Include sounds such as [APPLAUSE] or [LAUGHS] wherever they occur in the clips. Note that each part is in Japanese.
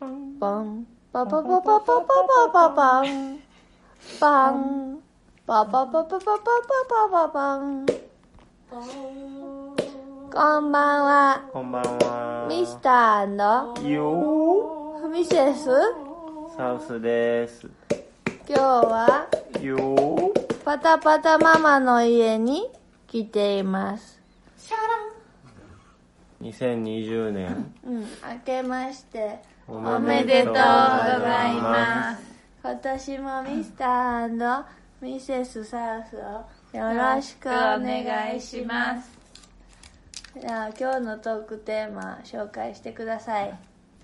バンバババババババババンバンババババババババババンこんばんはこんばんは。ミスターのよミセスーサウスです。今日はよーパタパタママの家に来ています2020年。うん明けましてお。めでとうございます今年もミスターのミセスサウスをよろしくお願いしますす。じゃあ今日のトークテーマ紹介してください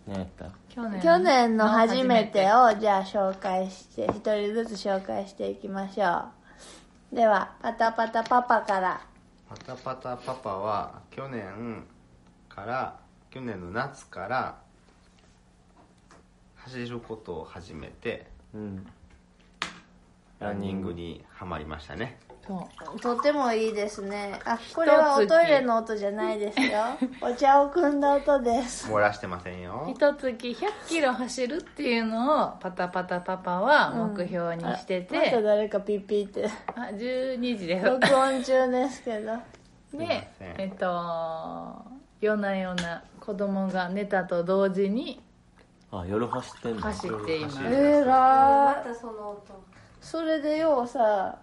何やった去年去年の初めてをじゃあ紹介して一人ずつ紹介していきましょうではパタパタパパからパタパタパパは去年から去年の夏から走ることを始めてうん。ランニングにはまりましたねそうとてもいいですねあこれはおトイレの音じゃないです [LAUGHS] よお茶を汲んだ音です漏らしてませんよ一月100キロ走るっていうのをパタパタパパは目標にしてあまたて、誰かピッピー [LAUGHS] ってあ12時です録音中ですけどで、すいませんえっと夜な夜な子供が寝たと同時にあ、夜走ってんの走っています夜走るえらまたその音それでようさ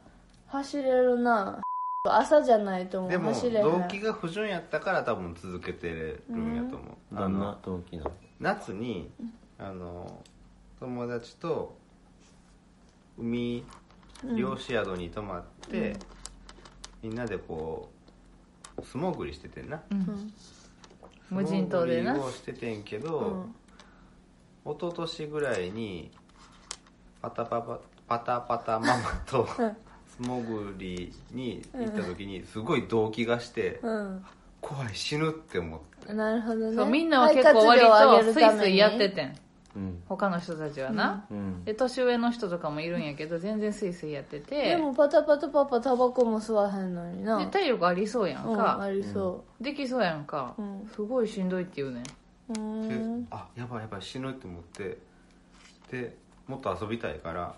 走れるな朝じゃないともうでも走れへん動機が不純やったから多分続けてるんやと思う、どあんのな動機なの夏にあの友達と海漁師宿に泊まって、みんなでこう素潜りしててんな、無人島でな素潜りをしててんけど、一昨年ぐらいにパタパパパタパタママと素潜りに行った時にすごい動機がして、うん怖い死ぬって思ってなるほどねそうみんなは結構割とスイスイやってててんうん。他の人たちはな、うん。で年上の人とかもいるんやけど全然スイスイやっててでもパタパタパパタバコも吸わへんのになで体力ありそうやんうん、あか、りそできそうやんか、んすごいしんどいって言うねんううんでうんあやばいやばい死ぬって思ってでもっと遊びたいから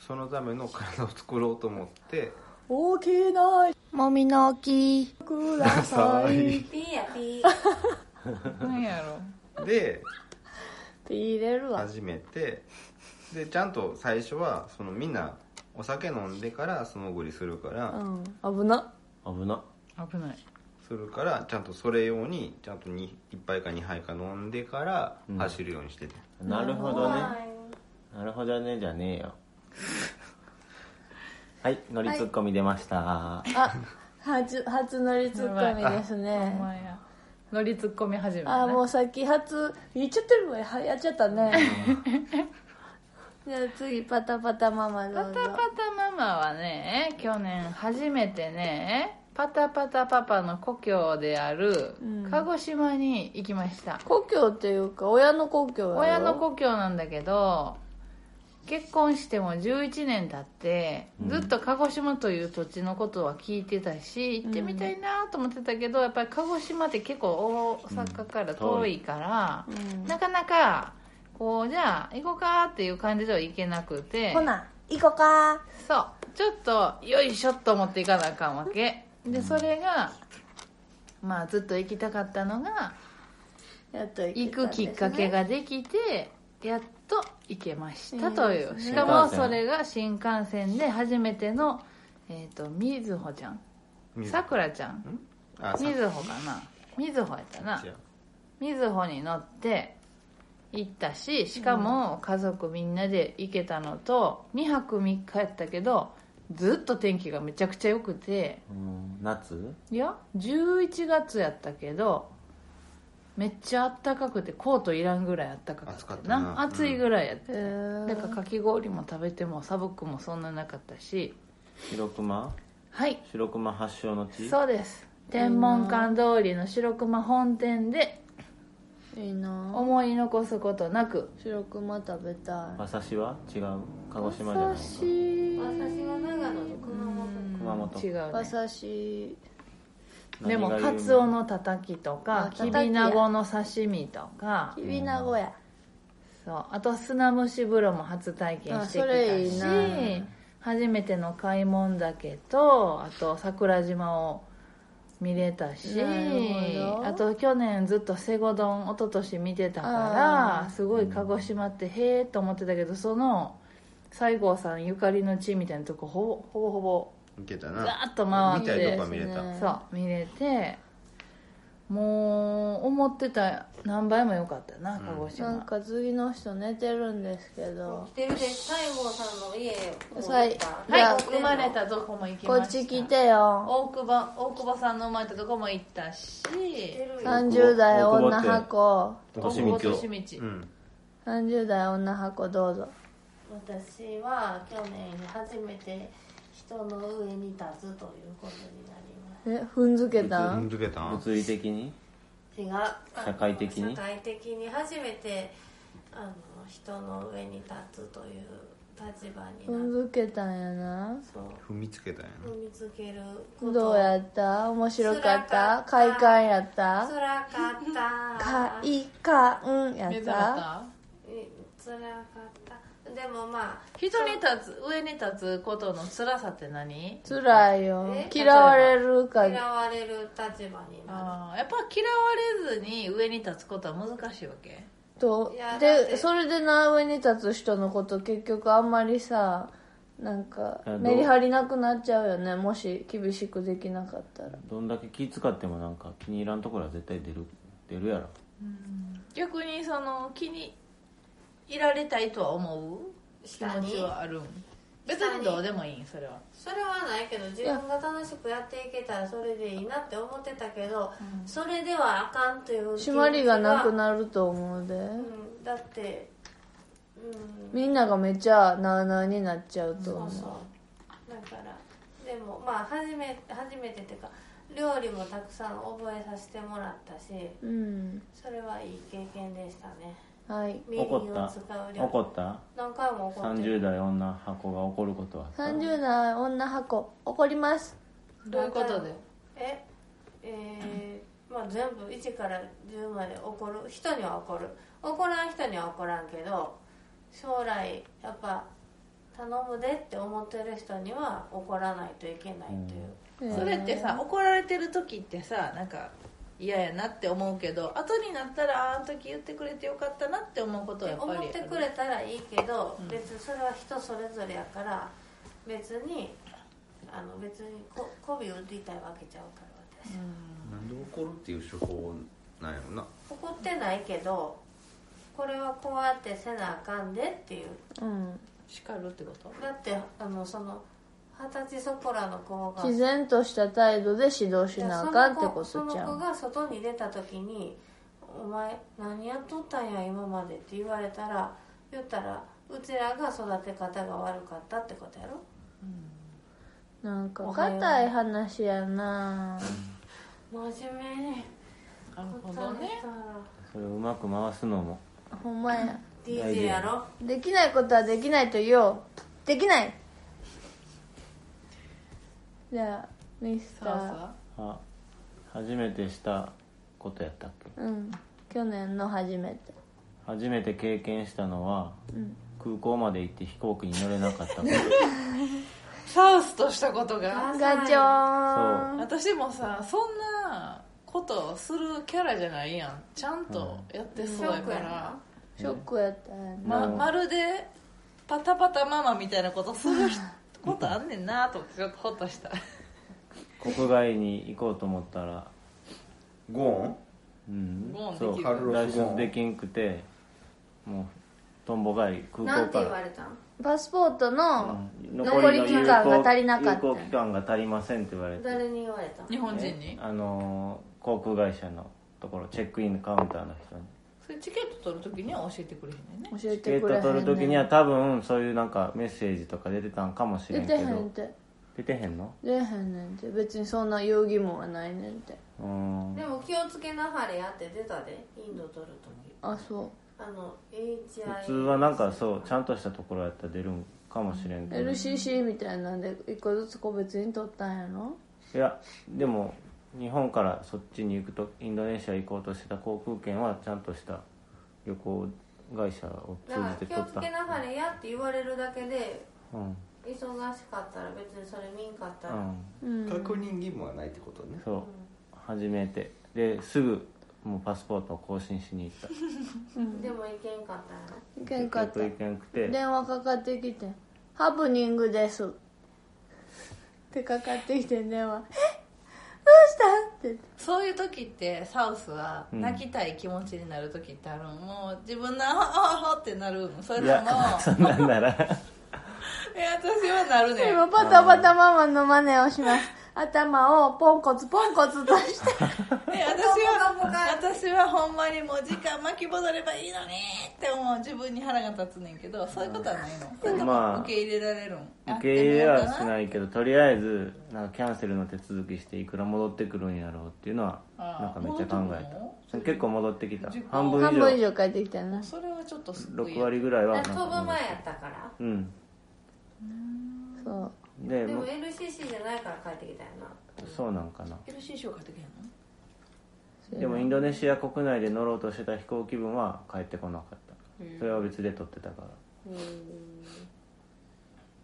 そのための体を作ろうと思って大きいなもみの大きいくださいピーやピーなんやろでピー入れるわ始めてでちゃんと最初はそのみんなお酒飲んでから素潜りするから、うん危な危な。危ないするからちゃんとそれ用にちゃんとに1杯か2杯か飲んでからうん走るようにしてて、なるほど怖いね。なるほどね、じゃねえよ。はい、乗りツッコミ出ました。あ初初乗りツッコミですおね前や乗りツッコみ始めあたーもねうさっき初言っちゃってるわはやっちゃったね [LAUGHS] じゃあ次パタパタママどパうぞタパタママはね去年初めてねパタパタパパの故郷であるうん鹿児島に行きました、故郷っていうか親の故郷やろ親の故郷なんだけど結婚しても11年経ってずっと鹿児島という土地のことは聞いてたし行ってみたいなと思ってたけどやっぱり鹿児島って結構大阪から遠いから、うんなかなかこうじゃあ行こうかっていう感じでは行けなくてほな行こうかそうちょっとよいしょと思っていかなあかんわけでそれがまあずっと行きたかったのがやっと行け行たんでくすねきっかけができてやっと行けましたといいいうですねしかもそれが新幹線で初めてのえっ、とみずほちゃんみさくらちゃんあさみずほかなみずほやったな違うみずほに乗って行ったししかも家族みんなで行けたのと2泊3日やったけどずっと天気がめちゃくちゃ良くてうん、夏いや11月やったけどめっちゃあったかくてコートいらんぐらいあったかか暑ったかったなな暑いぐらいやって、へーなんかかき氷も食べても寒くもそんななかったし白熊はい白熊発祥の地そうです天文館通りの白熊本店でいいな思い残すことなく白熊食べたい馬刺しは違う鹿児島じゃない私違う私は長野の熊本熊本ね馬刺しでもカツオのたたきとあかたたききやびなごの刺身とかきびなごやそうあと砂蒸し風呂も初体験してきあそれいいたしな初めての買い物だけとあと桜島を見れたしなるほどあと去年ずっとセゴドン一昨年見てたかあーらすごい鹿児島ってへえと思ってたけどその西郷さんゆかりの地みたいなとこほぼほぼほぼいけたガなーッと回って見たいとこは見いれいですねたそう見れてもう思ってた何倍も良かったなうん鹿児島、なんか次の人寝てるんですけど来てるで西郷さんの家をはいじゃはあい生まれたとこも行きまこしたっち来てよ大久保大久保さんの生まれたとこも行ったし30代大久保女箱としみちを大久保利通うん30代女箱どうぞ私は去年初めて人の上に立つということになりまえ踏んづけたうんん抜けたん物理的にす違うあの社会的に社会的に初めてあの人の上に立つという立場踏にんなっづけたんやなそう踏みつけたんやな踏みつけることどうやった面白かっ辛かたった快感やっ辛たかった快感や目っ覚めたたうん辛かったでもまあ人に立つ上に立つことの辛さって何辛いよえ嫌われるか嫌われる立場になあーやっぱ嫌われずに上に立つことは難しいわけといやだっでてそれでな上に立つ人のこと結局あんまりさなんかあどうメリハリなくなっちゃうよねもし厳しくできなかったらどんだけ気使ってもなんか気に入らんところは絶対出る出るやろ逆にその気にいられたいとは思う気下持にちはあるん別にどうでもいいそれはそれはないけど自分が楽しくやっていけたらそれでいいなって思ってたけど、それではあかんという気持ち締まりがなくなると思うでうん、だってうんみんながめちゃなあなあになっちゃうとそ思ううそうだからでもまあ初め初めてっていうか料理もたくさん覚えさせてもらったしうんそれはいい経験でしたねはいみりん怒をった使う料怒理った何回も怒って30る代女箱が怒ることはあった30代女箱怒りますどういうことでええーまあ全部1から10まで怒る人には怒る怒らん人には怒らんけど将来やっぱ頼むでって思ってる人には怒らないといけないという、それってさ怒られてる時ってさなんか嫌やなって思うけど後になったらああの時言ってくれてよかったなって思うことはやっぱり思ってくれたらいいけど、別にそれは人それぞれやから別にあの別にこ媚びを売りたいわけちゃうから私なんで怒るっていう手法なんやろな怒ってないけどこれはこうやってせなあかんでっていううん叱るってことだってあのその二十歳そこらの子が自然とした態度で指導しなあかんってことその子じそゃの子んが外に出た時に「お前何やっとったんや今まで」って言われたら言ったらうちらが育て方が悪かったってことやろなんか硬い話やな真面目になるほ答どえねたらそれをうまく回すのもほんまや DJ やろできないことはできないと言おうできないじゃあミスタそうそーうあ初めてしたことやったっけうん去年の初めて初めて経験したのは、ん空港まで行って飛行機に乗れなかったことサウスとしたことがガチョーン私もさそんなことするキャラじゃないやんちゃんとやってそうやかショックやらな、ショックやったんやなまうんまるでパタパタママみたいなことする [LAUGHS] ことあんねんなとちょっとホッとした国外に行こうと思ったらゴうんゴーンそでうきる脱出できんくてもうとんぼ返り空なん港かて言わられたんパスポートのうん残り期間が足りなかっ有効期た間が足りませんって言われて誰に言われたん日本人えにあのー航空会社のところチェックインのカウンターの人にそれチケット取るときには教えてくれへんねんね教えチケてッくれへトんね取んる時には多分そういうなんかメッセージとか出てたんかもしれ出んてけへんっどて出てへんの出へんねんて別にそんな容疑もはないねんてうーんでも気をつけなはれやって出たでインド取る時あそうあの HI 普通はなんかそうちゃんとしたところやったら出るんかもしれんけど LCC みたいなんで一個ずつ個別に取ったんやろいやでも日本からそっちに行くとインドネシア行こうとしてた航空券はちゃんとした旅行会社を通だからじて気取をっつたけなはれやって言われるだけでうん忙しかったら別にそれ見んかったら、ううん確認義務はないってことねんそう初めてですぐもうパスポートを更新しに行っでも行けんかったらい [LAUGHS] たけんかった結局行けんくて電話かかってきて「ハプニングです」ってかかってきて電話「えどうした?」って言ってそういう時ってサウスはうん泣きたい気持ちになる時ってあるの、もう自分の「ああああ」ってなるのそれいともや [LAUGHS] そんなんならいや私はなるね今パタパタママの真似をします頭をポンコツポンコツとしてえ私は私はほんまにもう時間巻き戻ればいいのにって思う自分に腹が立つねんけどそういうことはないのそれとまあも受け入れられるん受け入れはしいないけどとりあえずなんかキャンセルの手続きしていくら戻ってくるんやろうっていうのはあーなんかめっちゃ考戻ってくるのえた結構戻ってきた時間半分半以分以上上帰ってきたなそれはちょっとすごい6割ぐらいはなんだかから戻飛ってぶ前やったからうんそうででもうも LCC じゃないから帰ってきたよなそうなんかな LC 賞買ってくれんのでもインドネシア国内で乗ろうとしてた飛行機分は帰ってこなかったそれは別で取ってたから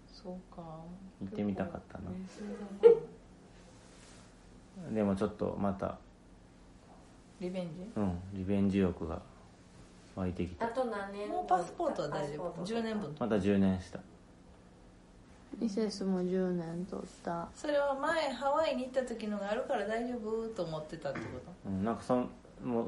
そうか行ってみたかったな冷静だなでもちょっとまたリベンジうんリベンジ欲が湧いてきあたと何年もうパスポートは大丈夫パスポー10ト年分また10年したミセスも10年取ったそれは前ハワイに行った時のがあるから大丈夫と思ってたってことうん、なんかそんもう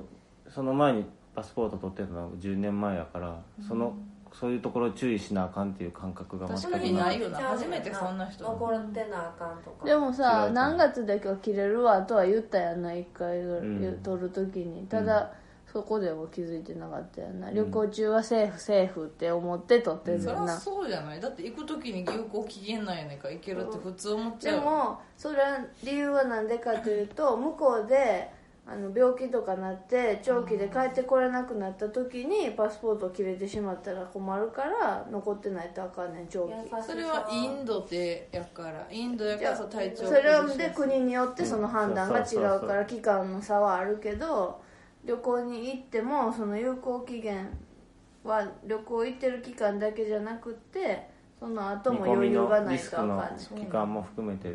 その前にパスポート取ってたのは10年前やから、そのそういうところ注意しなあかんっていう感覚が全確かにくなないいよな初めてそんな人残ってなあかんとかでも違うさと何月だけは切れるわとは言ったやんな1回ぐらい、うん取る時にただ、そこでは気づいてなかったやんな旅行中はセーフセーフって思って取ってるそりよゃな、そうじゃないだって行く時に有効期限なんやねんから行けるって普通思っちでゃうもそれは理由は何でかというと向こうであの病気とかなって長期で帰ってこれなくなった時にパスポート切れてしまったら困るから残ってないとあかんねん長期それはインドでやからインドやからさ体調それは崩しでやすい国によってその判断が違そうそううそうかそらう期間の差はあるけど旅行に行ってもその有効期限は旅行行ってる期間だけじゃなくってその後見も込余み裕がのなリいスとクあかんのねん期間も含めて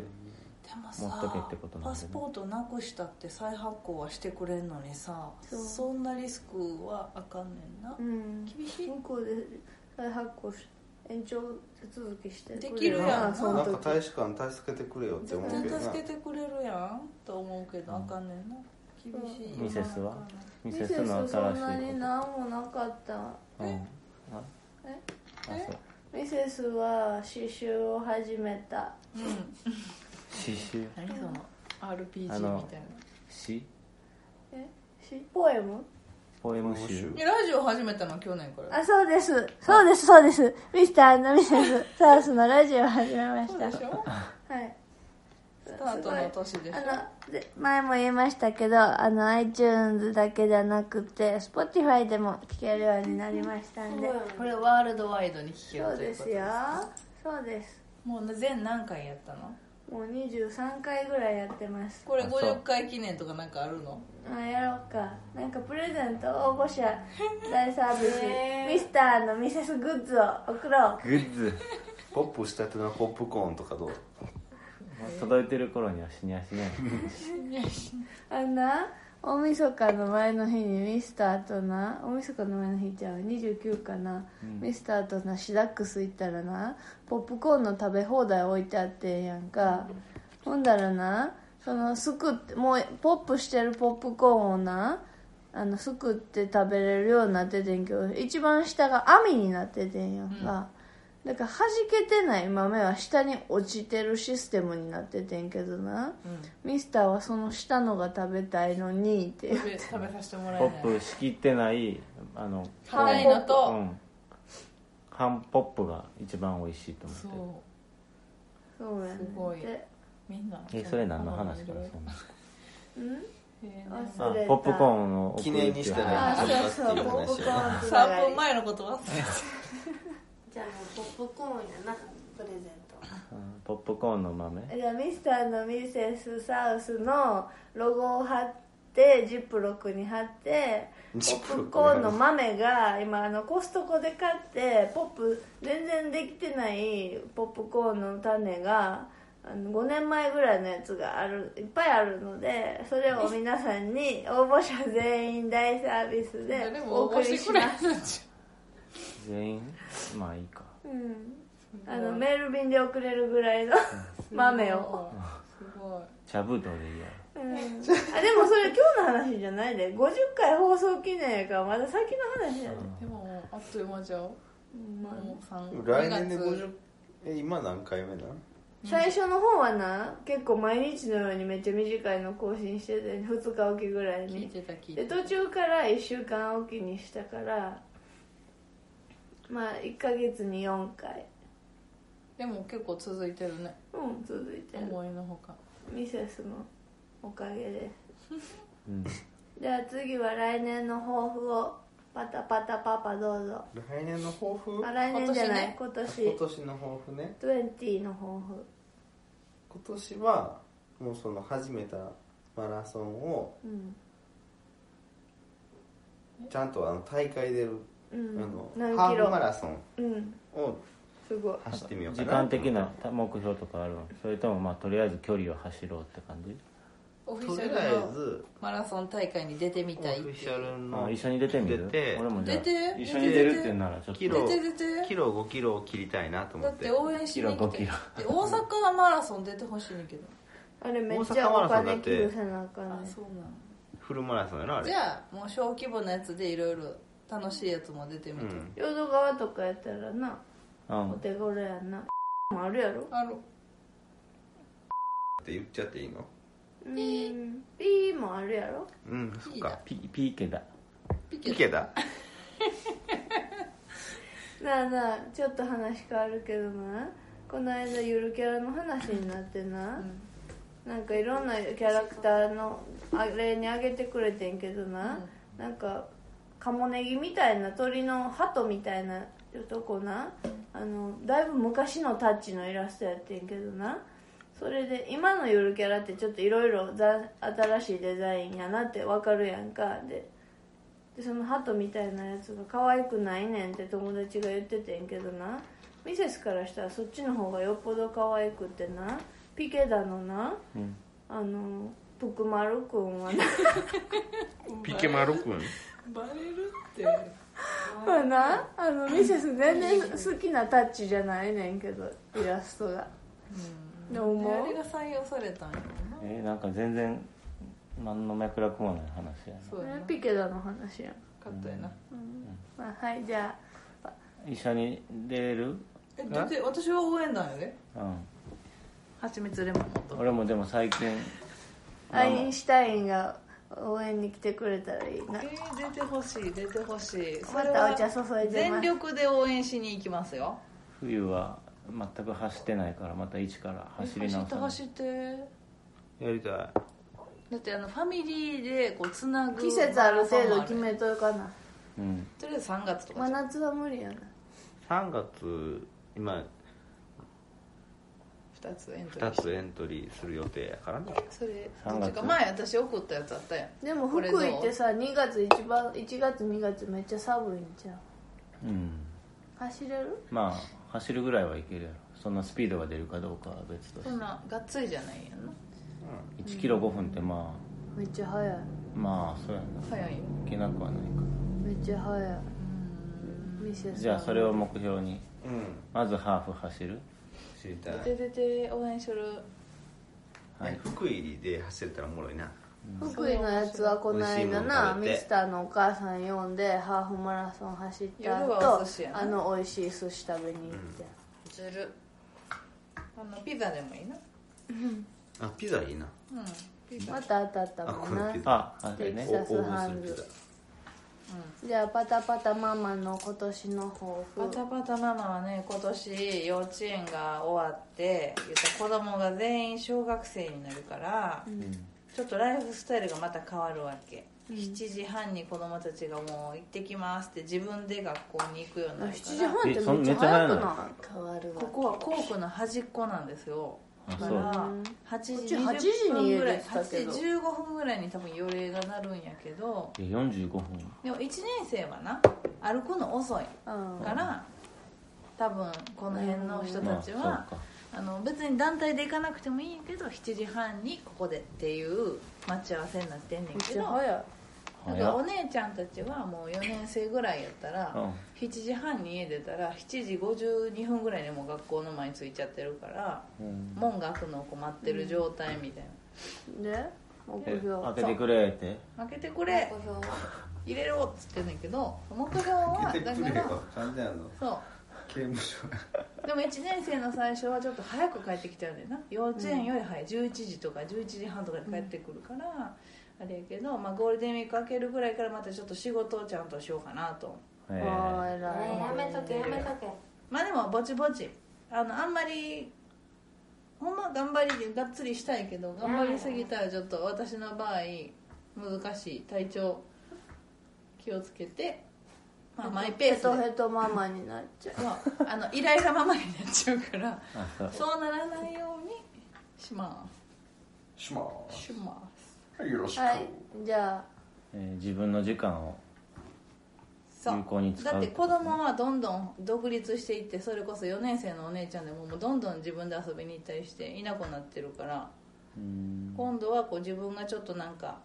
で持もっとけってさことなんだねパスポートなくしたって再発行はしてくれんのにさそうそんなリスクはあかんねんなうん厳しい向こうで再発行し延長手続きしてくれできるやんなそのなんか大時使館助けてくれよって思絶うけど対な助けてくれるやんと思うけどあかんねんな厳しいよなミセスはミセミセススの新しいそんなにこ何もなかったとうんあえあそうミセスは刺繍を始めたうん刺繍何その RPG みたあいのな詩えしポエムポエムポエム集集いやラジオ始めたの去年からあ、そうです。そうです、そうです。ミスターのミセス、サウスのラジオを始めまそしうた。でしょはい。スタートの年でしょあので前も言いましたけどあの iTunes だけじゃなくて Spotify でも聴けるようになりましたんでこれワールドワイドに聞けるそうといでうこすとでよすそうですもう全何回やったのもう23回ぐらいやってますこれあそう50回記念とかなんかあるのあやろうかなんかプレゼント応募者大サービ [LAUGHS] ス、へーミスターのミセスグッズを送ろうグッズポップしたてのポップコーンとかどうもう届いてる頃には死にゃしねあんな大晦日の前の日にミスターとな大晦日の前の日じゃう29かな、ミスターとなシダックス行ったらなポップコーンの食べ放題置いてあってんやんか、ほんだらなそのすくってもうポップしてるポップコーンをなあのすくって食べれるようになっててんけど一番下が網になっててんやんか、だから弾けてない豆は下に落ちてるシステムになっててんけどな、ミスターはその下のが食べたいのにっていう食べ食べさせてもらえポないップしきってないあの辛いのうと、ん半ポップが一番美味しいと思ってそうそうやるねんてすごいみんなえそれ何の話からそんなうんあ忘れたポップコーンを送るっていう記念にしてはねあそうそうポップコーンつなが3り分前のことはじゃあもうポップコーンやなプレゼントうんポップコーンの豆じゃあミスターのミセスサウスのロゴを貼ってジップロックに貼ってポジッップロックプコーンの豆が今あのコストコで買ってポップ全然できてないポップコーンの種があの5年前ぐらいのやつがあるいっぱいあるのでそれを皆さんに応募者全員大サービスででおも送応募りしてしくれまるす、んじ全員まあいいかうん、ゃんあのメール便で送れるぐらいの [LAUGHS] 豆を。 [LAUGHS] すごい茶封筒でいいやうんあでもそれ今日の話じゃないで50回放送記念やからまだ先の話やで、でももうあっという間じゃんまあもう三来年で二月50え今何回目なの最初の方はな結構毎日のようにめっちゃ短いの更新してて2日おきぐらい聞いにてた聞いでてた途中から1週間おきにしたからまあ1ヶ月に4回でも結構続いてるねうん続いてる思いのほかミセスのおかげでうんじゃあ次は来年の抱負をパタパタパパどうぞ来年の抱負あ来年じゃない今年の抱負ね20の抱負今年はもうその始めたマラソンをうん、ちゃんとあの大会で、うあん、のハ何キーフロマラソンうんをすごい走ってみようか時な間的な目標とかあるのそれともまあとりあえず距離を走ろうって感じオフィとシりャあえルのずマラソン大会に出てみオたいっフてィシャルあの一緒に出てみる出て俺もじゃあ出て一緒に出るっていうならちょっとキロ出て出てキロ5キロを切りたいなと思だっってて応援しに来てキでロ大阪マラソン出てほしいねんけどあれめっちゃお金寄付せなあかんねあそうなフルマラソンやろあのれじゃあもう小規模なやつでいろいろ楽しいやつも出てみうてん淀川とかやったらなうんお手頃やなもあるやろあのって言っちゃっていいのうんピーもあるやろうんそっかピピーケだピケいけたなあなあちょっと話変わるけどなこの間ゆるキャラの話になってな、んなんかいろんなキャラクターのあれにあげてくれてんけどな、なんかカモネギみたいな鳥の鳩みたいなとこなあのだいぶ昔のタッチのイラストやってんけどなそれで今のゆるキャラってちょっといろいろ新しいデザインやなってわかるやんかででその鳩みたいなやつが可愛くないねんって友達が言っててんけどなミセスからしたらそっちの方がよっぽど可愛くってなピケだのなうんあのプクマルくんはなピケマルくんバレるってはなあのミセス全然好きなタッチじゃないねんけどイラストがでもでもあれうが採用されたんやろなえーなんか全然何の脈絡もない話やねそうやなピケだの話やん、カットやなまあ、はいじゃあ一緒に出れるえだって私は応援団やでうんはちみつレモンの音俺もでも最近アインシュタインが応援に来てくれたらいいなえー、出てほしい出てほしいまたお茶注いでます全力で応援しに行きますよ冬は全く走ってないからまた一から走り走直ってさない走ってやりただってあのファミリーでこうつなぐ季節ある程度決るめとるかなうんとりあえず3月とか真じゃん夏は無理やない3月今2つエントリ2ーしてつエントリーする予定やからねそれ3月どっちか前私送ったやつあったやんでもこ福れどう井ってさ2月一番1月2月めっちゃ寒いんちゃううん走れるまあ走るぐらいはいけるやろそんなスピードが出るかどうかは別とそしんてながっつりじゃないやんな1キロ5分ってまめっちゃ速いあまあそうやな早いよいけなくはないめっちゃ速いミセかスじゃあそれを目標にうんまずハーフ走る知りた出てい出て応援するはい福井で走れたらおもろいな福井のやつはこの間な美味しいもん食べミてスターのお母さん呼んでハーフマラソン走った夜はお後寿司やなあの美味しい寿司食べに行って、ずるあのピザでもいいなあピザいいなうんピザまた当たったもんなあこれああれねテキサス応募ハするンピザズじゃあパタパタママの今年の抱パ負タパタママはね今年幼稚園が終わって言った子供が全員小学生になるから、ちょっとライフスタイルがまた変わるわけ7時半に子供たちがもう行ってきますって自分で学校に行くようになるか7時ら半ってえそめんっちゃ早くめっちゃな変わるわここは校区の端っこなんですよだあかそうらうん8時こっち20 8時に分家ぐらい出てたけ8ど時15分ぐらいに多分予令がなるんやけどいや45分でも1年生はな歩くの遅いいうんから多分この辺の人たまあちそうはかあの別に団体で行かなくてもいいけど7時半にここでっていう待ち合わせになってんねめんっけちどゃ早いなんか早おっ姉ちゃんたちはもう4年生ぐらいやったら、7時半に家出たら7時52分ぐらいにもう学校の前に着いちゃってるからうんうん門が開くのを困ってる状態みたいで目え標開けてくれってな、開けてくれ目標は入れろっつってんねんけど目標はだからちゃんとやんのそ刑 [LAUGHS] 務所やうでも1年生の最初はちょっと早く帰ってきちゃうんだよな幼稚園より早い11時とか11時半とかに帰ってくるから、あれやけど、まあ、ゴールデンウィーク明けるぐらいからまたちょっと仕事をちゃんとしようかなとえあーー偉いねやめとけやめとけまあでもぼちぼちあのあんまりほんま頑張りでがっつりしたいけど頑張りすぎたらちょっと私の場合難しい体調気をつけて、まあ、マイペースヘトでヘトママになっちゃうそうあのイライラままになっちゃうからあそうそうならないようにしましますしますすよろしはいじゃえー自分の時間をそう有効に使うだって子供はどんどん独立していってそれこそ4年生のお姉ちゃんでももうどんどん自分で遊びに行ったりしていなくなってるからうん今度はこう自分がちょっとなんか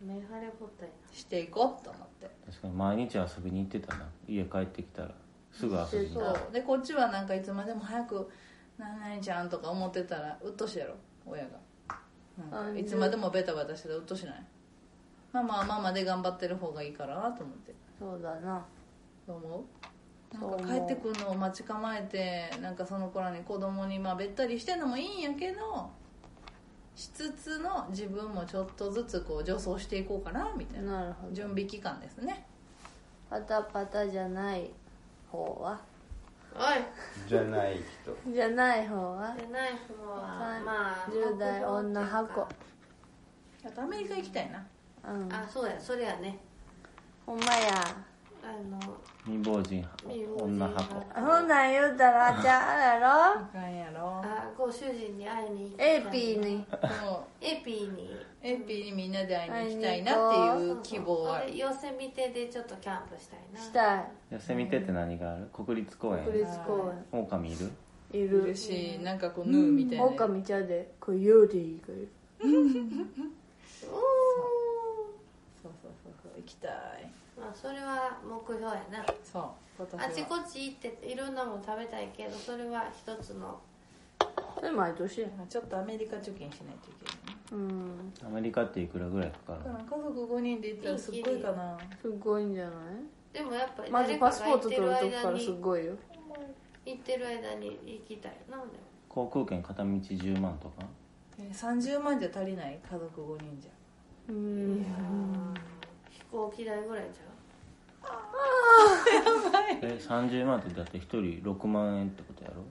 メガレポットやしていこうと思って確かに毎日遊びに行ってたな家帰ってきたらすぐ遊びにそ行うっそうでこっちはなんかいつまでも早く「なになにちゃん」とか思ってたらうっとしやろ親が、うんあいつまでもベタベタしてたらうっとしないママはママで頑張ってる方がいいからなと思ってそうだなどう思うそう思なんうか帰ってくるのを待ち構えてなんかその子らに子供にまあべったりしてんのもいいんやけどしつつの自分もちょっとずつこう助走していこうかなみたいななるほど準備期間ですねパタパタじゃない方はおいじゃない人じゃない方はでナイフはまあ10代女箱あとアメリカ行きたいなうんあそうやそれやねほんまやあのた未亡人未亡人女箱あほんなん言うたらあちゃうやあろかんやろあご主人に会いに行きたいエイピーにそうエピーにエッピーにみんなで会いに行きたいなっていう希望はそうそう俺寄せ見てでちょっとキャンプしたいなしたい寄せ見てって何がある国立公園国立公狼いる園いいるるしなんかこうヌーみたいなオオカミちゃうでコヨーディがいるそうそうそうそう行きたいまあそれは目標やなそう今年はあちこち行っていろんなもの食べたいけどそれは一つのそれ毎年やなんかちょっとアメリカ貯金しないといけないねうんアメリカっていくらぐらいかかだるからの家族5人で行ったらすっごいかなすごいんじゃなでもやっぱいまず誰かパスがポ行ーっトて取るるとこか間らすにごいよ行ってる間に行きたいなで航空券片道10万とかえー30万じゃ足りない家族5人じゃうんも飛行機代ぐらいちゃうえ30万ってだって1人6万円ってことやろ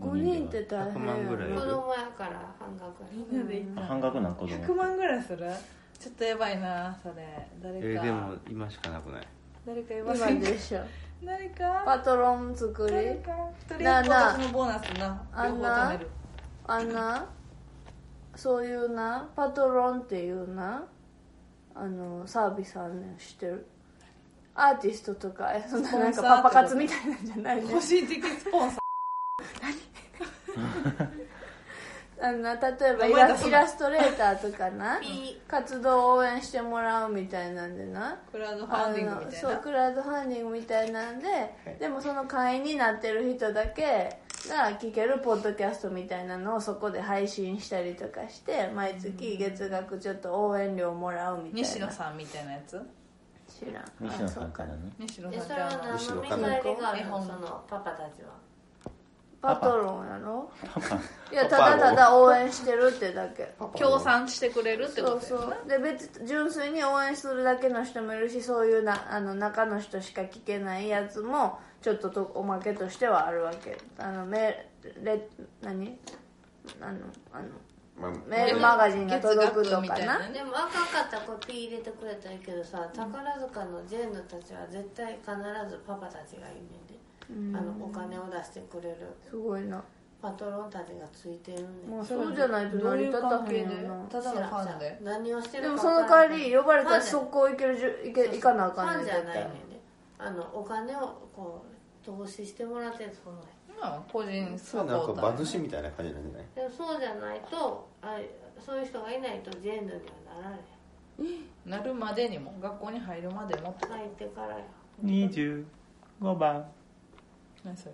5人っでて大変100万ぐらい子供やから半額やみんなで行っはた半額なん子供100万ぐらいするちょっとやばいなそれえ誰ーかでも今しかなくない誰かいませ今んでしょ誰かパトロン作誰りかとりあなあえずなあ私のボーナスなあ両ん方な貯めるあんなそういうなパトロンっていうなあのサービスあんねん知ってるアーティストとかえそんななんかパパ活みたいなんじゃないね個人的スポンサーあのな例えばイ名ラ前出すなイラストレーターとかなピ活動を応援してもらうみたいなんでなクラウドファあンディングのみたいそうなクラウドファンディングみたいなんで、でもその会員になってる人だけが聞けるポッドキャストみたいなのをそこで配信したりとかして毎月月額ちょっと応援料もらうみたいな西野さんみたいなやつ知らん西野さんあからね西ー野でさんっそてれはあの何の見返りがある後のろそからのパパたちはそうかパトロンやろパパいやただただ応援してるってだけ協賛してくれるってこそうとよそうで別に純粋に応援するだけの人もいるしそういうなあの中の人しか聞けないやつもちょっととおまけとしてはあるわけあのめれ何あのあのまあ、メールマガジンが届くと月額みかたいななでも赤かったらコピー入れてくれたらいいけどさ宝塚のジェンヌたちは絶対必ずパパたちがいるねんであのお金を出してくれるすごいなパトロンたちがついてるねんもうそうじゃないと成り立たへんよなただのファンで何をしてるでもかその分からん代わり呼ばれたらファンじゃ速攻行けるじゅ行け行かなあかんファねンんじゃ絶ない対ねんであのお金をこう投資してもらってるその人まあ個人そうサポなんかーター馬主みたいな感じなんじゃないでもそうじゃないとあそういう人がいないとジェンヌにはなられへなるまでにも学校に入るまでもってん入ってからや25番何そ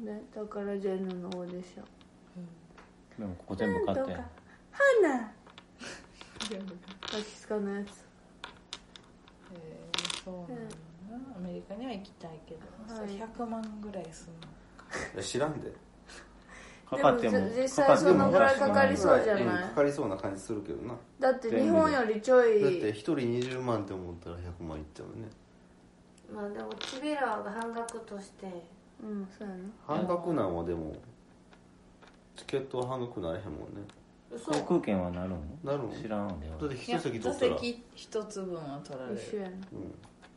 れねだからジェンヌのオーディションでもここ全部買ってなんとか花落ち着かのやつえーそうなんだなアメリカには行きたいけど、はい100万ぐらいするのいや知らんでかかってでもも実かか際ってもそのぐらいかかりそうじゃないうんかかりそうな感じするけどなだって日本よりちょだってい一人20万って思ったら100万いっちゃうねまあでもチビラが半額としてうんそうやな半額なんはでもチケットは半額なれへんもんね嘘航空券はなるのなるもん知らんわねだって一席取ったいやら座席一つ分は取られる一緒やなうん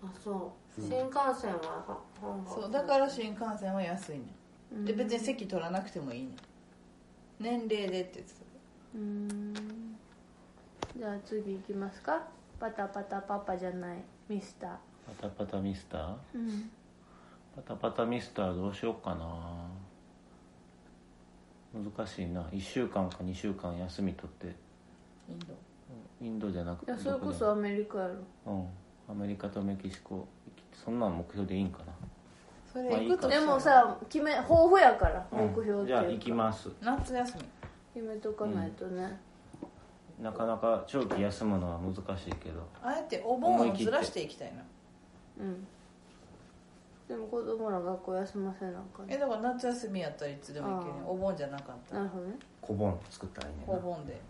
あそう新幹線はは半額そうだから新幹線は安いねうんで別に席取らなくてもいいね年齢でって言ってたうーんじゃあ次行きますかパタパタパパじゃないミスターパタパタミスターうんパタパタミスターどうしようかな難しいな1週間か2週間休み取ってインドインドじゃなくいてやそれこどそアメリカやろでもうんアメリカとメキシコそんなん目標でいいんかなそれ行くとしたでらもさ決め豊富やから目標っていうか、うんじゃあ行きます夏休み決めとかないとね、なかなか長期休むのは難しいけどあえてお盆をずらしていきたいなうんでも子供ら学校休ませなあかんえだから夏休みやったらいつでも行けるあーお盆じゃなかったならるほどね小盆作ったらいいねんなお盆で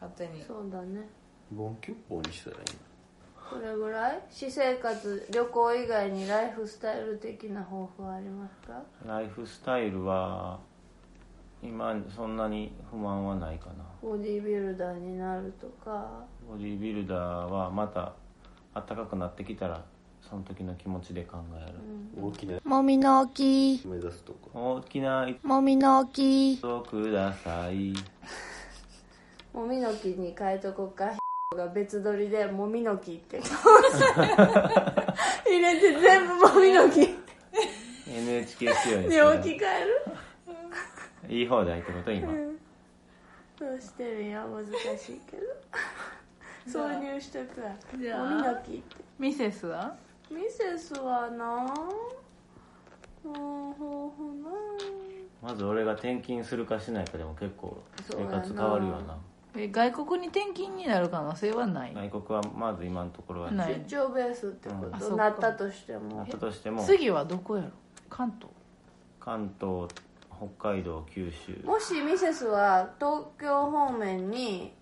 勝手にそうだね盆休法にしたらいいこれぐらい私生活旅行以外にライフスタイル的な抱負はありますかライフスタイルは今そんなに不満はないかなボディービルダーになるとかボディービルダーはまた暖かくなってきたらその時の気持ちで考える、の大きなもみの木目指すとか大きな一もみの木歩をくださいもみの木に変えとこうかが別撮りでもみの木って [LAUGHS] 入れて全部もみの木 [LAUGHS] NHK 仕様にに置き換えるいい放題ってこと今、そうしてるんや難しいけど挿入しとくわもみじゃあの木ってミセスはミセスはなうんほうほうなまず俺が転勤するかしないかでも結構そう生やな活変わるよなえ外国に転勤になる可能性はない、外国はまず今のところはない出張ベースってこうんあと、そっかなったとしてなもったとしても次はどこやろ関東関東北海道九州もしミセスは東京方面に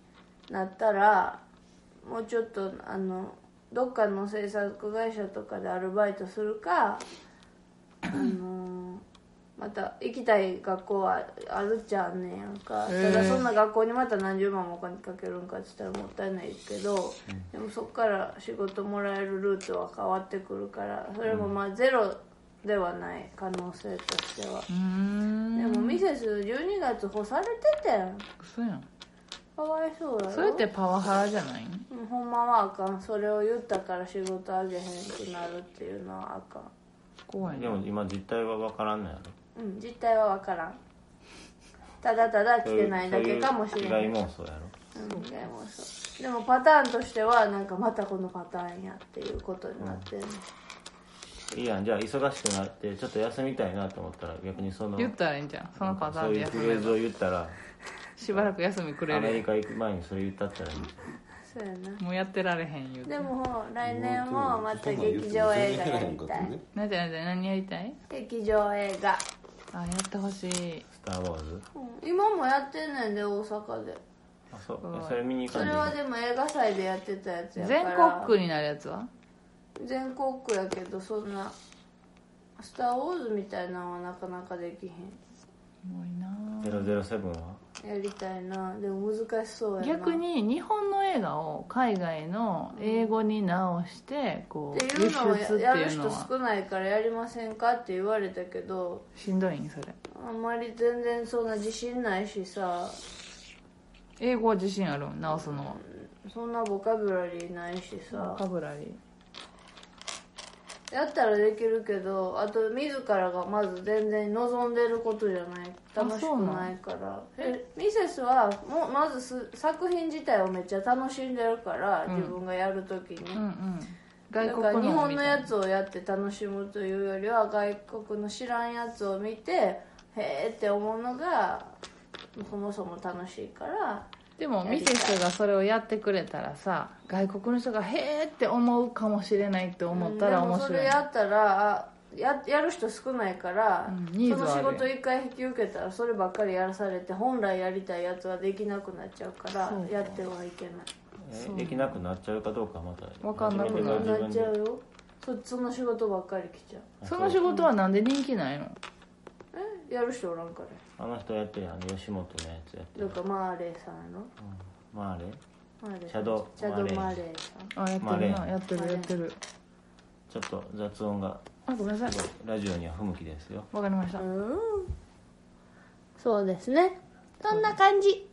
なったらもうちょっとあのどっかの制作会社とかでアルバイトするかあのまた行きたい学校はあるっちゃあんねんやんかへただーそんな学校にまた何十万もお金かけるんかって言ったらもったいないけど、でもそっから仕事もらえるルートは変わってくるからそれもまあゼロではない可能性としてはうーんでもミセス12月干されててん嘘やんかわいそうだよそれってパワハラじゃないうんほんまはあかんそれを言ったから仕事あげへんくなるっていうのはあか怖いでなも今実態は分からんのやろんうん実態はわからんただただ来てないだけかもしれないそういう被害妄想やろうん被害妄想でもパターンとしてはなんかまたこのパターンやっていうことになってる、いいやんじゃあ忙しくなってちょっと休みたいなと思ったら逆にその言ったらいいんじゃんそのパそターうンでいう休フレーズめばを言ったらしばらく休みくれアメるリカ行く前にそれ言ったったらいいそうやなもうやってられへん言うてでもほう来年もまた劇場映画やりたいなんてなんて何やりたい劇場映画、あやってほしい「スター・ウォーズうん、今もやってんねんで大阪で」あそううんえそれ見に行そかれはないでも映画祭でやってたやつやから全国区になるやつは全国区やけどそんな「スター・ウォーズ」みたいなのはなかなかできへんすごいな007はやりたいなでも難しそうやな逆に日本の映画を海外の英語に直してこっうてい輸う出のをってややるいうの人は少ないからやりませんかって言われたけどしんどいんそれあんまり全然そんな自信ないしさ英語は自信あるん直すのはそんなボカブラリーないしボさカブラリーやったらできるけどあと自らがまず全然望んでることじゃない楽しくないからえミセスはもうまずす作品自体をめっちゃ楽しんでるから、自分がやるときに、うんうんだ外から国日のを本見のたやつをやって楽しむというよりは外国の知らんやつを見てへえって思うのがそもそも楽しいからでもミセスがそれをやってくれたらさ外国の人が「へーって思うかもしれないって思ったら面でもそ白れい、やったらあややる人少ないから、うんニーそズのはあ仕る事一回引き受けたらそればっかりやらされて本来やりたいやつはできなくなっちゃうからそうかやってはいけないえできなくなっちゃうかどうかはまたわかんなくなそう自る分なでっちゃうよそその仕事ばっかり来ちゃうその仕事はなんで人気ないのえやる人おらんからあの人やってるあの吉本のやつやってだるからマーレーさんやろまああれマーレーシャドシャドママーーレレーさんあやってまあねるなやってまあるねやってるちょっと雑音があごめんなさいラジオには不向きですよわかりましたうんそうですねそんな感じ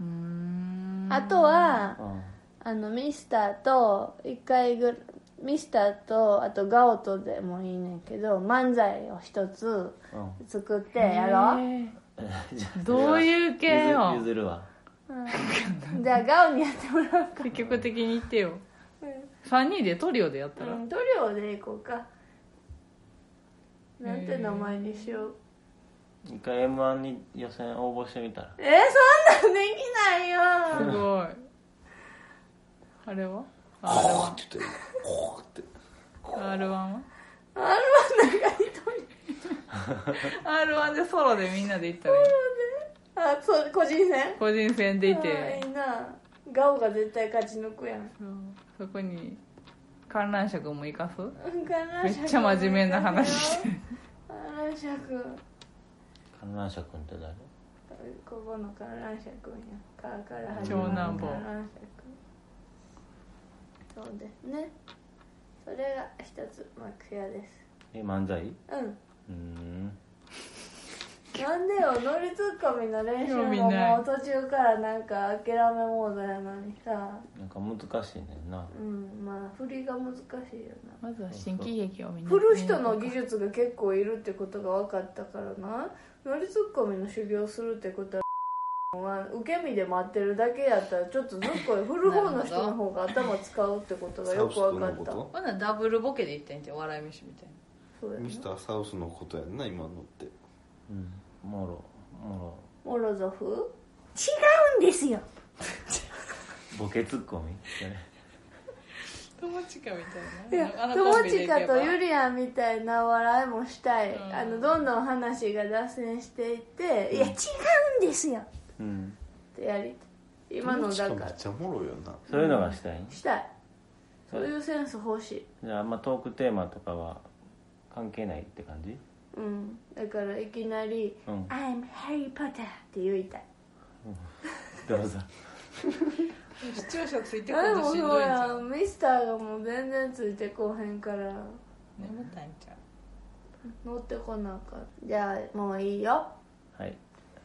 うんあとはうんあのミスターと一回ぐらミスターとあとガオとでもいいねんけど漫才を一つうん作ってやろう、へじゃあー [LAUGHS] どういう系よ譲譲るわじゃあガオにやってもらおうか、積極的に言ってよ3人でトリオでやったら、うん、トリオでいこうかなんて名前にしよう一回 m 1に予選応募してみたらえー、そんなんできない [LAUGHS] よすごいあれは R1 て言ってこうって R1 は R−1 なんか一人 R1 でソロでみんなで行ったらいいあそう個人戦個人戦でいてあーいいなガオが絶対勝ち抜くやんそこに観覧車くんも行かすめめっちゃ真面目な話し [LAUGHS] てる観覧車くん観覧車君って誰ここの観覧車くんやかから始ま長る男坊観覧車くんそうですねそれが一つ目標ですえ漫才う [LAUGHS] うんーんなんでよ乗りツッコミの練習興味もないもう途中からなんか諦めモードやのにさなんか難しいねんなうんまあ振りが難しいよなまずは新喜劇を見に振る人の技術が結構いるってことが分かったからな乗りツッコミの修行するってことはは受け身で待ってるだけやったらちょっとずっこい振る方の人の方が頭使うってことがよく分かったサウスのこほんならダブルボケで行ったんじゃん笑い飯みたいそうとやなミスターサウスのことやんな今のってうんもろもモロゾフ違うんですよろボケツッコミそれな友近みたいいやなあのコ友ンビで行近けばとユリアンみたいな笑いもしたい、うんあのどんどん話が脱線していって「いや違うんですよ」っうんてやりたい今のだか友近めらっちゃおもろいよな [LAUGHS] そういうのがしたいしたいそういうセンス欲しいじゃああんまトークテーマとかは関係ないって感じうん、だからいきなりう「ん I'm Harry Potter」って言いたいどうぞ視聴者ついてくあるでのもしんそどういんじゃやんんミスターがもう全然ついてこうへんから眠たいんちゃう乗ってこなあかんじゃあもういいよ [LAUGHS] はい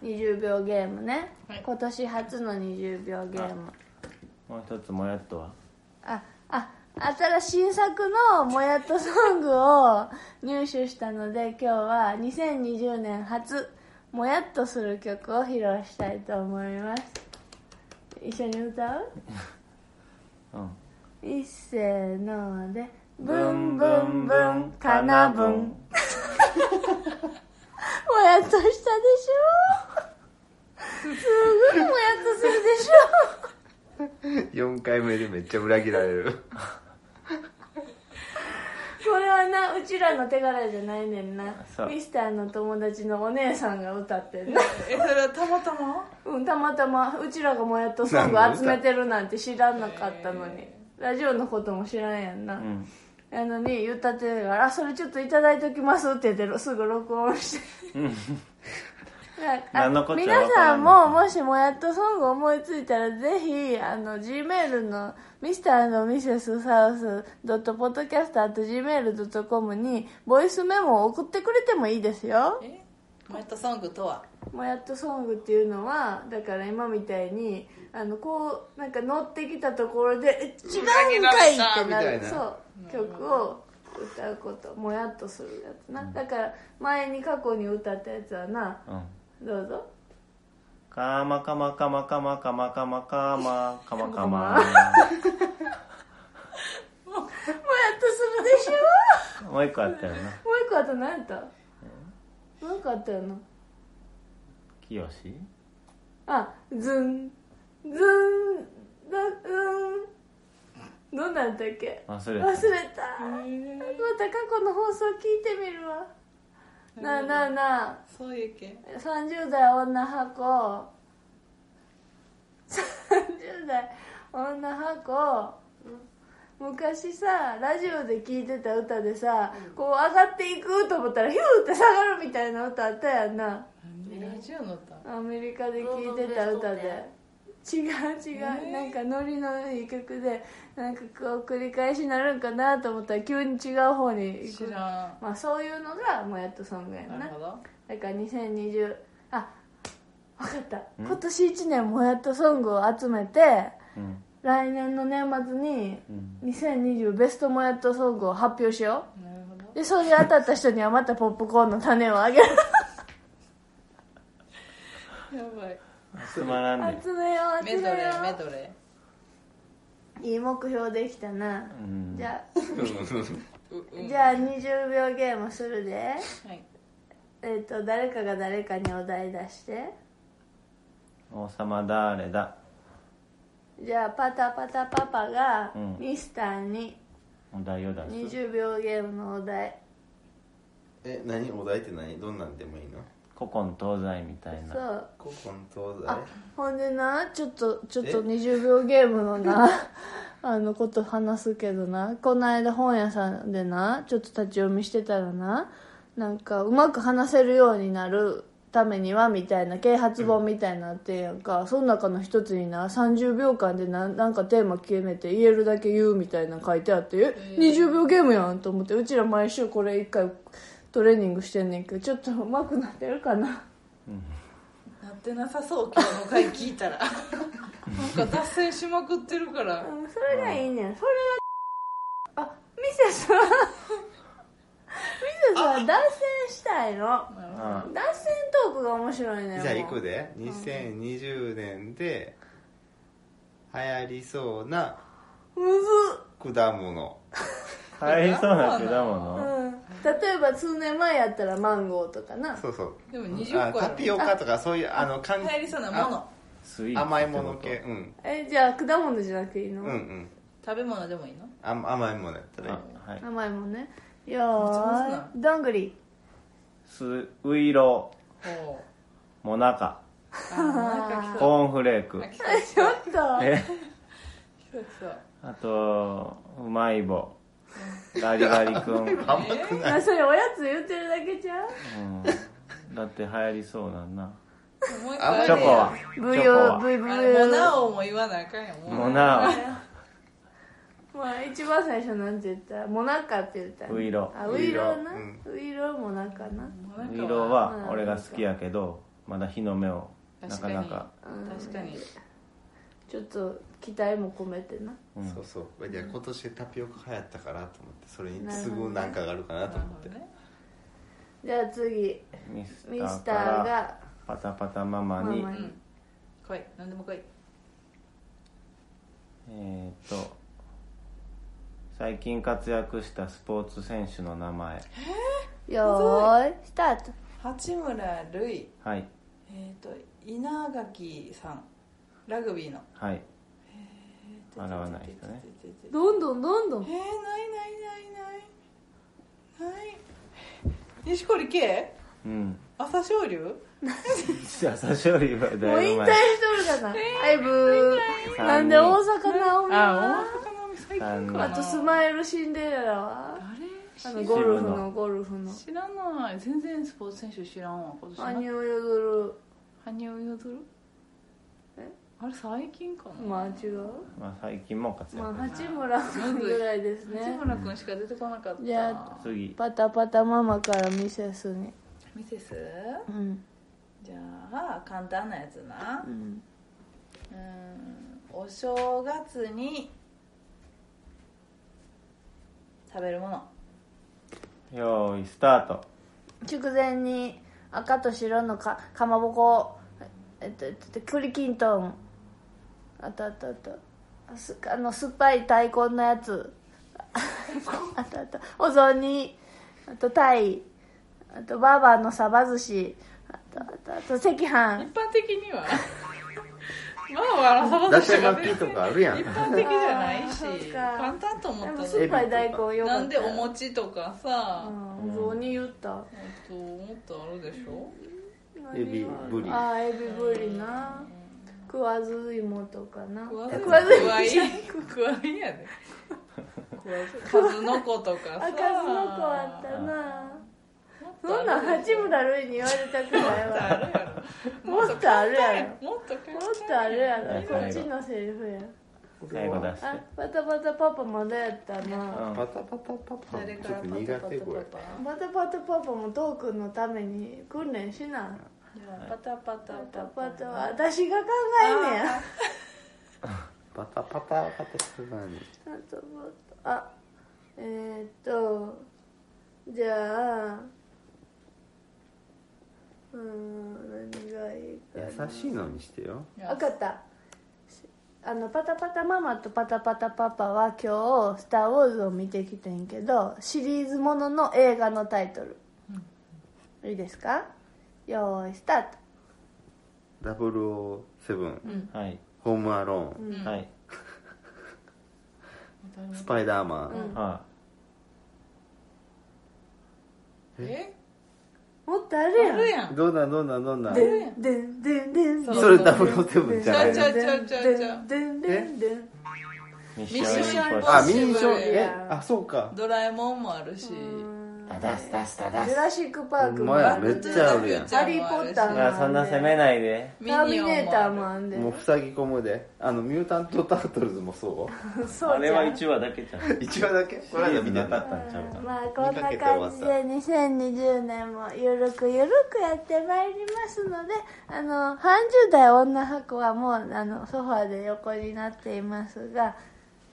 20秒ゲームね、はい今年初の20秒ゲームもう一つもやっとはああ新しい新作のもやっとソングを入手したので今日は2020年初もやっとする曲を披露したいと思います一緒に歌ううんいっせーのでブンブンブンかなブンもやっとしたでしょすぐもやっとするでし4回目でめっちゃ裏切られるょこれはなうちらの手柄じゃないねんなそうミスターの友達のお姉さんが歌ってんなえそれはたまたまうんたまたまうちらがもやっとソング集めてるなんて知らなかったのにラジオのことも知らんやんな、うんやのに言った [LAUGHS] ってるから「あそれちょっといただいときます」って言ってすぐ録音してあ何のこっちゃ皆さんわもからんなもしもやっとソング思いついたらぜひあの G メールの mr.mrs.south.podcast.gmail.com にボイスメモを送ってくれてもいいですよえマイトソングとはもやっとソングっていうのはだから今みたいにあのこうなんか乗ってきたところで「え違うんかい!」ってな裏切られたみるたいなそう曲を歌うこともやっとするやつなだから前に過去に歌ったやつはなうんどう [LAUGHS] ぞカマカマカマカマカマカマカマカマカマもやっとする [LAUGHS] でしょ [LAUGHS] もう一個あったよなもう一個あと何やったもう一個あったよなきよしあズンズンだうんどんなんだっけ忘れ忘れたたまた過去の放送聞いてみるわなあなあなあそういう系30代女箱30代女箱昔さラジオで聴いてた歌でさ、こう上がっていくと思ったらヒューって下がるみたいな歌あったやんなラジオの歌アメリカで聴いてた歌で違う違う、なんかノリのいい曲でなんかこう繰り返しなるんかなと思ったら急に違う方に行知くらんまあそういうのがもうやっとソングやんなるほどだから2020あ分かった今年1年もやっとソングを集めてうん来年の年末にうん2020ベストもやっとソングを発表しよなるほどうでそれで当たった人にはまたポップコーンの種をあげるやばいつまらんね集めようメ集ドめレよーメドレういい目標できたなうんじゃーうあうんじゃあ20秒ゲームするではいえっ、と誰かが誰かにお題出して王様誰だじゃあパタパタパパがうんミスターにお題を出す20秒ゲームのお題 [LAUGHS] え何お題って何どんなんでもいいの古今東西みたいそなう古今東あ西ほんでなちょっとちょっとえ20秒ゲームのな [LAUGHS] あのこと話すけどなこの間本屋さんでなちょっと立ち読みしてたらななんかうまく話せるようになるためにはみたいな啓発本みたいなあってんやんか、その中の一つにな30秒間でななんかテーマ決めて言えるだけ言うみたいなの書いてあって、え20秒ゲームやんと思ってうちら毎週これ1回トレーニングしてんねんけどちょっとうまくなってるかななってなさそう今日の回聞いたらなんか脱線しまくってるからうんそれがいいねんそれはあミセさんミセさん脱線したいのあ脱線トークが面白いねんじゃあもう行くで2020年で流行りそうなむ果物入りそうな果物ずっ、うん、例えば数年前やったらマンゴーとかなそうそうでも20あ個やタろピオカとかそういうあの缶流行りそうなものスイーツってこと甘いもの系うんえじゃあ果物じゃなくていいの、うんうん食べ物でもいいのあ甘いものやったらいいあはい甘いもんねようーないどんぐりスウイロおうモナカあなんか来たコーンフレークあ来た来ちょっとえた来たあとうまい棒ガリガリ君、うん、甘くないあそれおやつ言ってるだけじゃんだって流行りそうなんなもう一個ああチョれコはやチブョヨコブはイブあれモイナオも言わなあかんやもモナまあ一番最初なんて言ったモナカって言ったよねウイロあウイロなウイロウイロモナカなモナオウカイロは俺が好きやけどまだ日の目をな確かかになか確かにちょっと期待も込めてなうんそうそういや今年タピオカ流行ったからと思ってそれに次ぐなんかがあるかなとなる思っほてどねじゃあ次ミスミスタターかーらがパタパタママにママに来い何でも来いえーっと最近活躍したスポーツ選手の名前よーいスタート八村塁はいえっ、と稲垣さんラグビーのはい笑わない人ねどんどんどんどえー、んないないないないない錦織圭うん朝青龍朝青龍はだいぶもう前引退しとるかなアイブーなんで大阪なおみは大阪の海最近あかのなあとスマイルシンデレラはあれあのゴルフのゴルフの知らない全然スポーツ選手知らんわ今羽生年結弦羽生結弦えあれ最近かな、まあ違うまあ、最近も活まあ躍、八村君ぐらいです内ね村君しか出てこなかったじゃ次パタパタママからミセスにミセスうんじゃあ簡単なやつなうんうんお正月に食べるものよーいスタート筑前に赤と白のかかまぼこえっとえっと栗きんとんあったあったあったあすあの酸っぱい大根のやつあったあったお雑煮あとタイあとバーバーのサバ寿司あとあとあと赤飯一般的には [LAUGHS] まあ笑わださし巻きとかあるやん一般的じゃないあーそしうか簡単と思でもった酸っぱい大根よのかったなんでお餅とかさ、うんお雑煮言ったえっともっとあるでしょエビブリああエビブリな食わず芋とかな食わえず食わず食芋わいじゃない食わいやで食わず数の子とかさあ数の子あったなそんなん八村塁に言われたくないわ [LAUGHS] もっとあるやろもっと簡ろ単もっとあるやろはいこっちのセリフや最後出してあバタバタパパまだやったうなんパタパタパタ誰かちょらっパとタ苦パタ手これパタバタバタパパもトークのために訓練しなじゃあパタパタバパタタバタは私が考えんねやパタパタパタって何バタバタあえー、っとじゃあうーん何がいいかな優しいのにしてよ分かったあのパタパタママとパタパタパパは今日「スター・ウォーズ」を見てきてんけどシリーズものの映画のタイトル、いいですかよーいスタート007、はいホームアローン、はいスパイダーマン、はえもっとあるあやんるやんどんなんどんなんどんなんでんでんでんでんでんそれ007じゃないちゃうちゃうちゃうちゃうでんでんでんでんいミッミッションインポッシブルあミニションえあそうかドラえもんもあるし出す出す出ジュラシック・パークほんまやあるめっちゃあるやんハリー・ポッターすもああるそんな責めないでターミネーターもああんでもう塞ぎ込むであのミュータント・タートルズもそ [LAUGHS] そあうれじゃはん1話だけじゃんう一話だけここれれ間は見見てなかたったんちゃうかまあこんな感じで2020年もゆるくゆるくやってまいりますのであの30代女箱はもうあのソファーで横になっていますが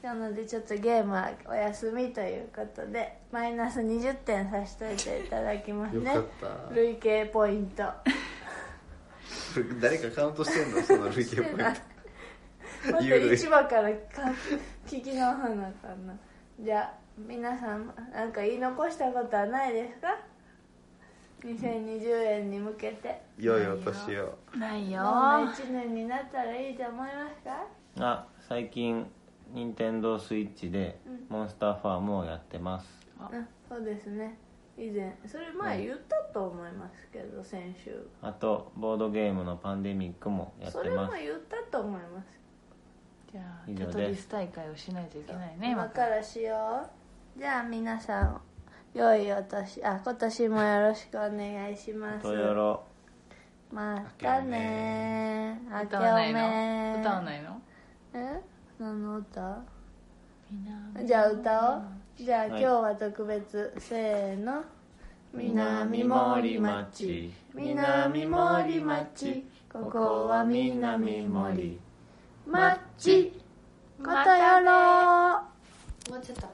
なのでちょっとゲームはお休みということでマイナス20点させといていただきますよねかった累計ポイント [LAUGHS] 誰かカウントしてんのその累計ポイ [LAUGHS] ントまたゆるい1話からか聞き直さなあかんなじゃあ皆さんなんか言い残したことはないですか2020円に向けて良いお年をないどんな1年になったらいいと思いますかあ最近任天堂スイッチでモンスターファームをやってますあそうですね以前それ前言ったと思いますけど先週あとボードゲームのパンデミックもやっそてれもます言ったと思いますじゃあ以上ですテトリス大会をしないといけないね今からしようじゃあ皆さん良いお年あ今年もよろしくお願いしますとよろまたねー。歌わないの明け歌わおめないのえ何の歌みんなじゃあ歌おう。じゃあ今日は特別。せーの。南森町。南森町。ここは南森町。またやろう。もうちょっと